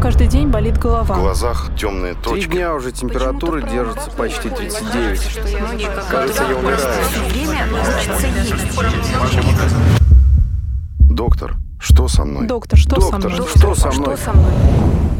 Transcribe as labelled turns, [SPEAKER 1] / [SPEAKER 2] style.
[SPEAKER 1] каждый день болит голова.
[SPEAKER 2] В глазах темные
[SPEAKER 3] Три
[SPEAKER 2] точки.
[SPEAKER 3] дня уже температура держится почти 39. Кажется, я умираю.
[SPEAKER 4] Время научиться есть.
[SPEAKER 2] Доктор, что со мной?
[SPEAKER 1] Доктор, что со
[SPEAKER 2] Доктор,
[SPEAKER 1] мной?
[SPEAKER 3] Что со мной?
[SPEAKER 4] Что со мной?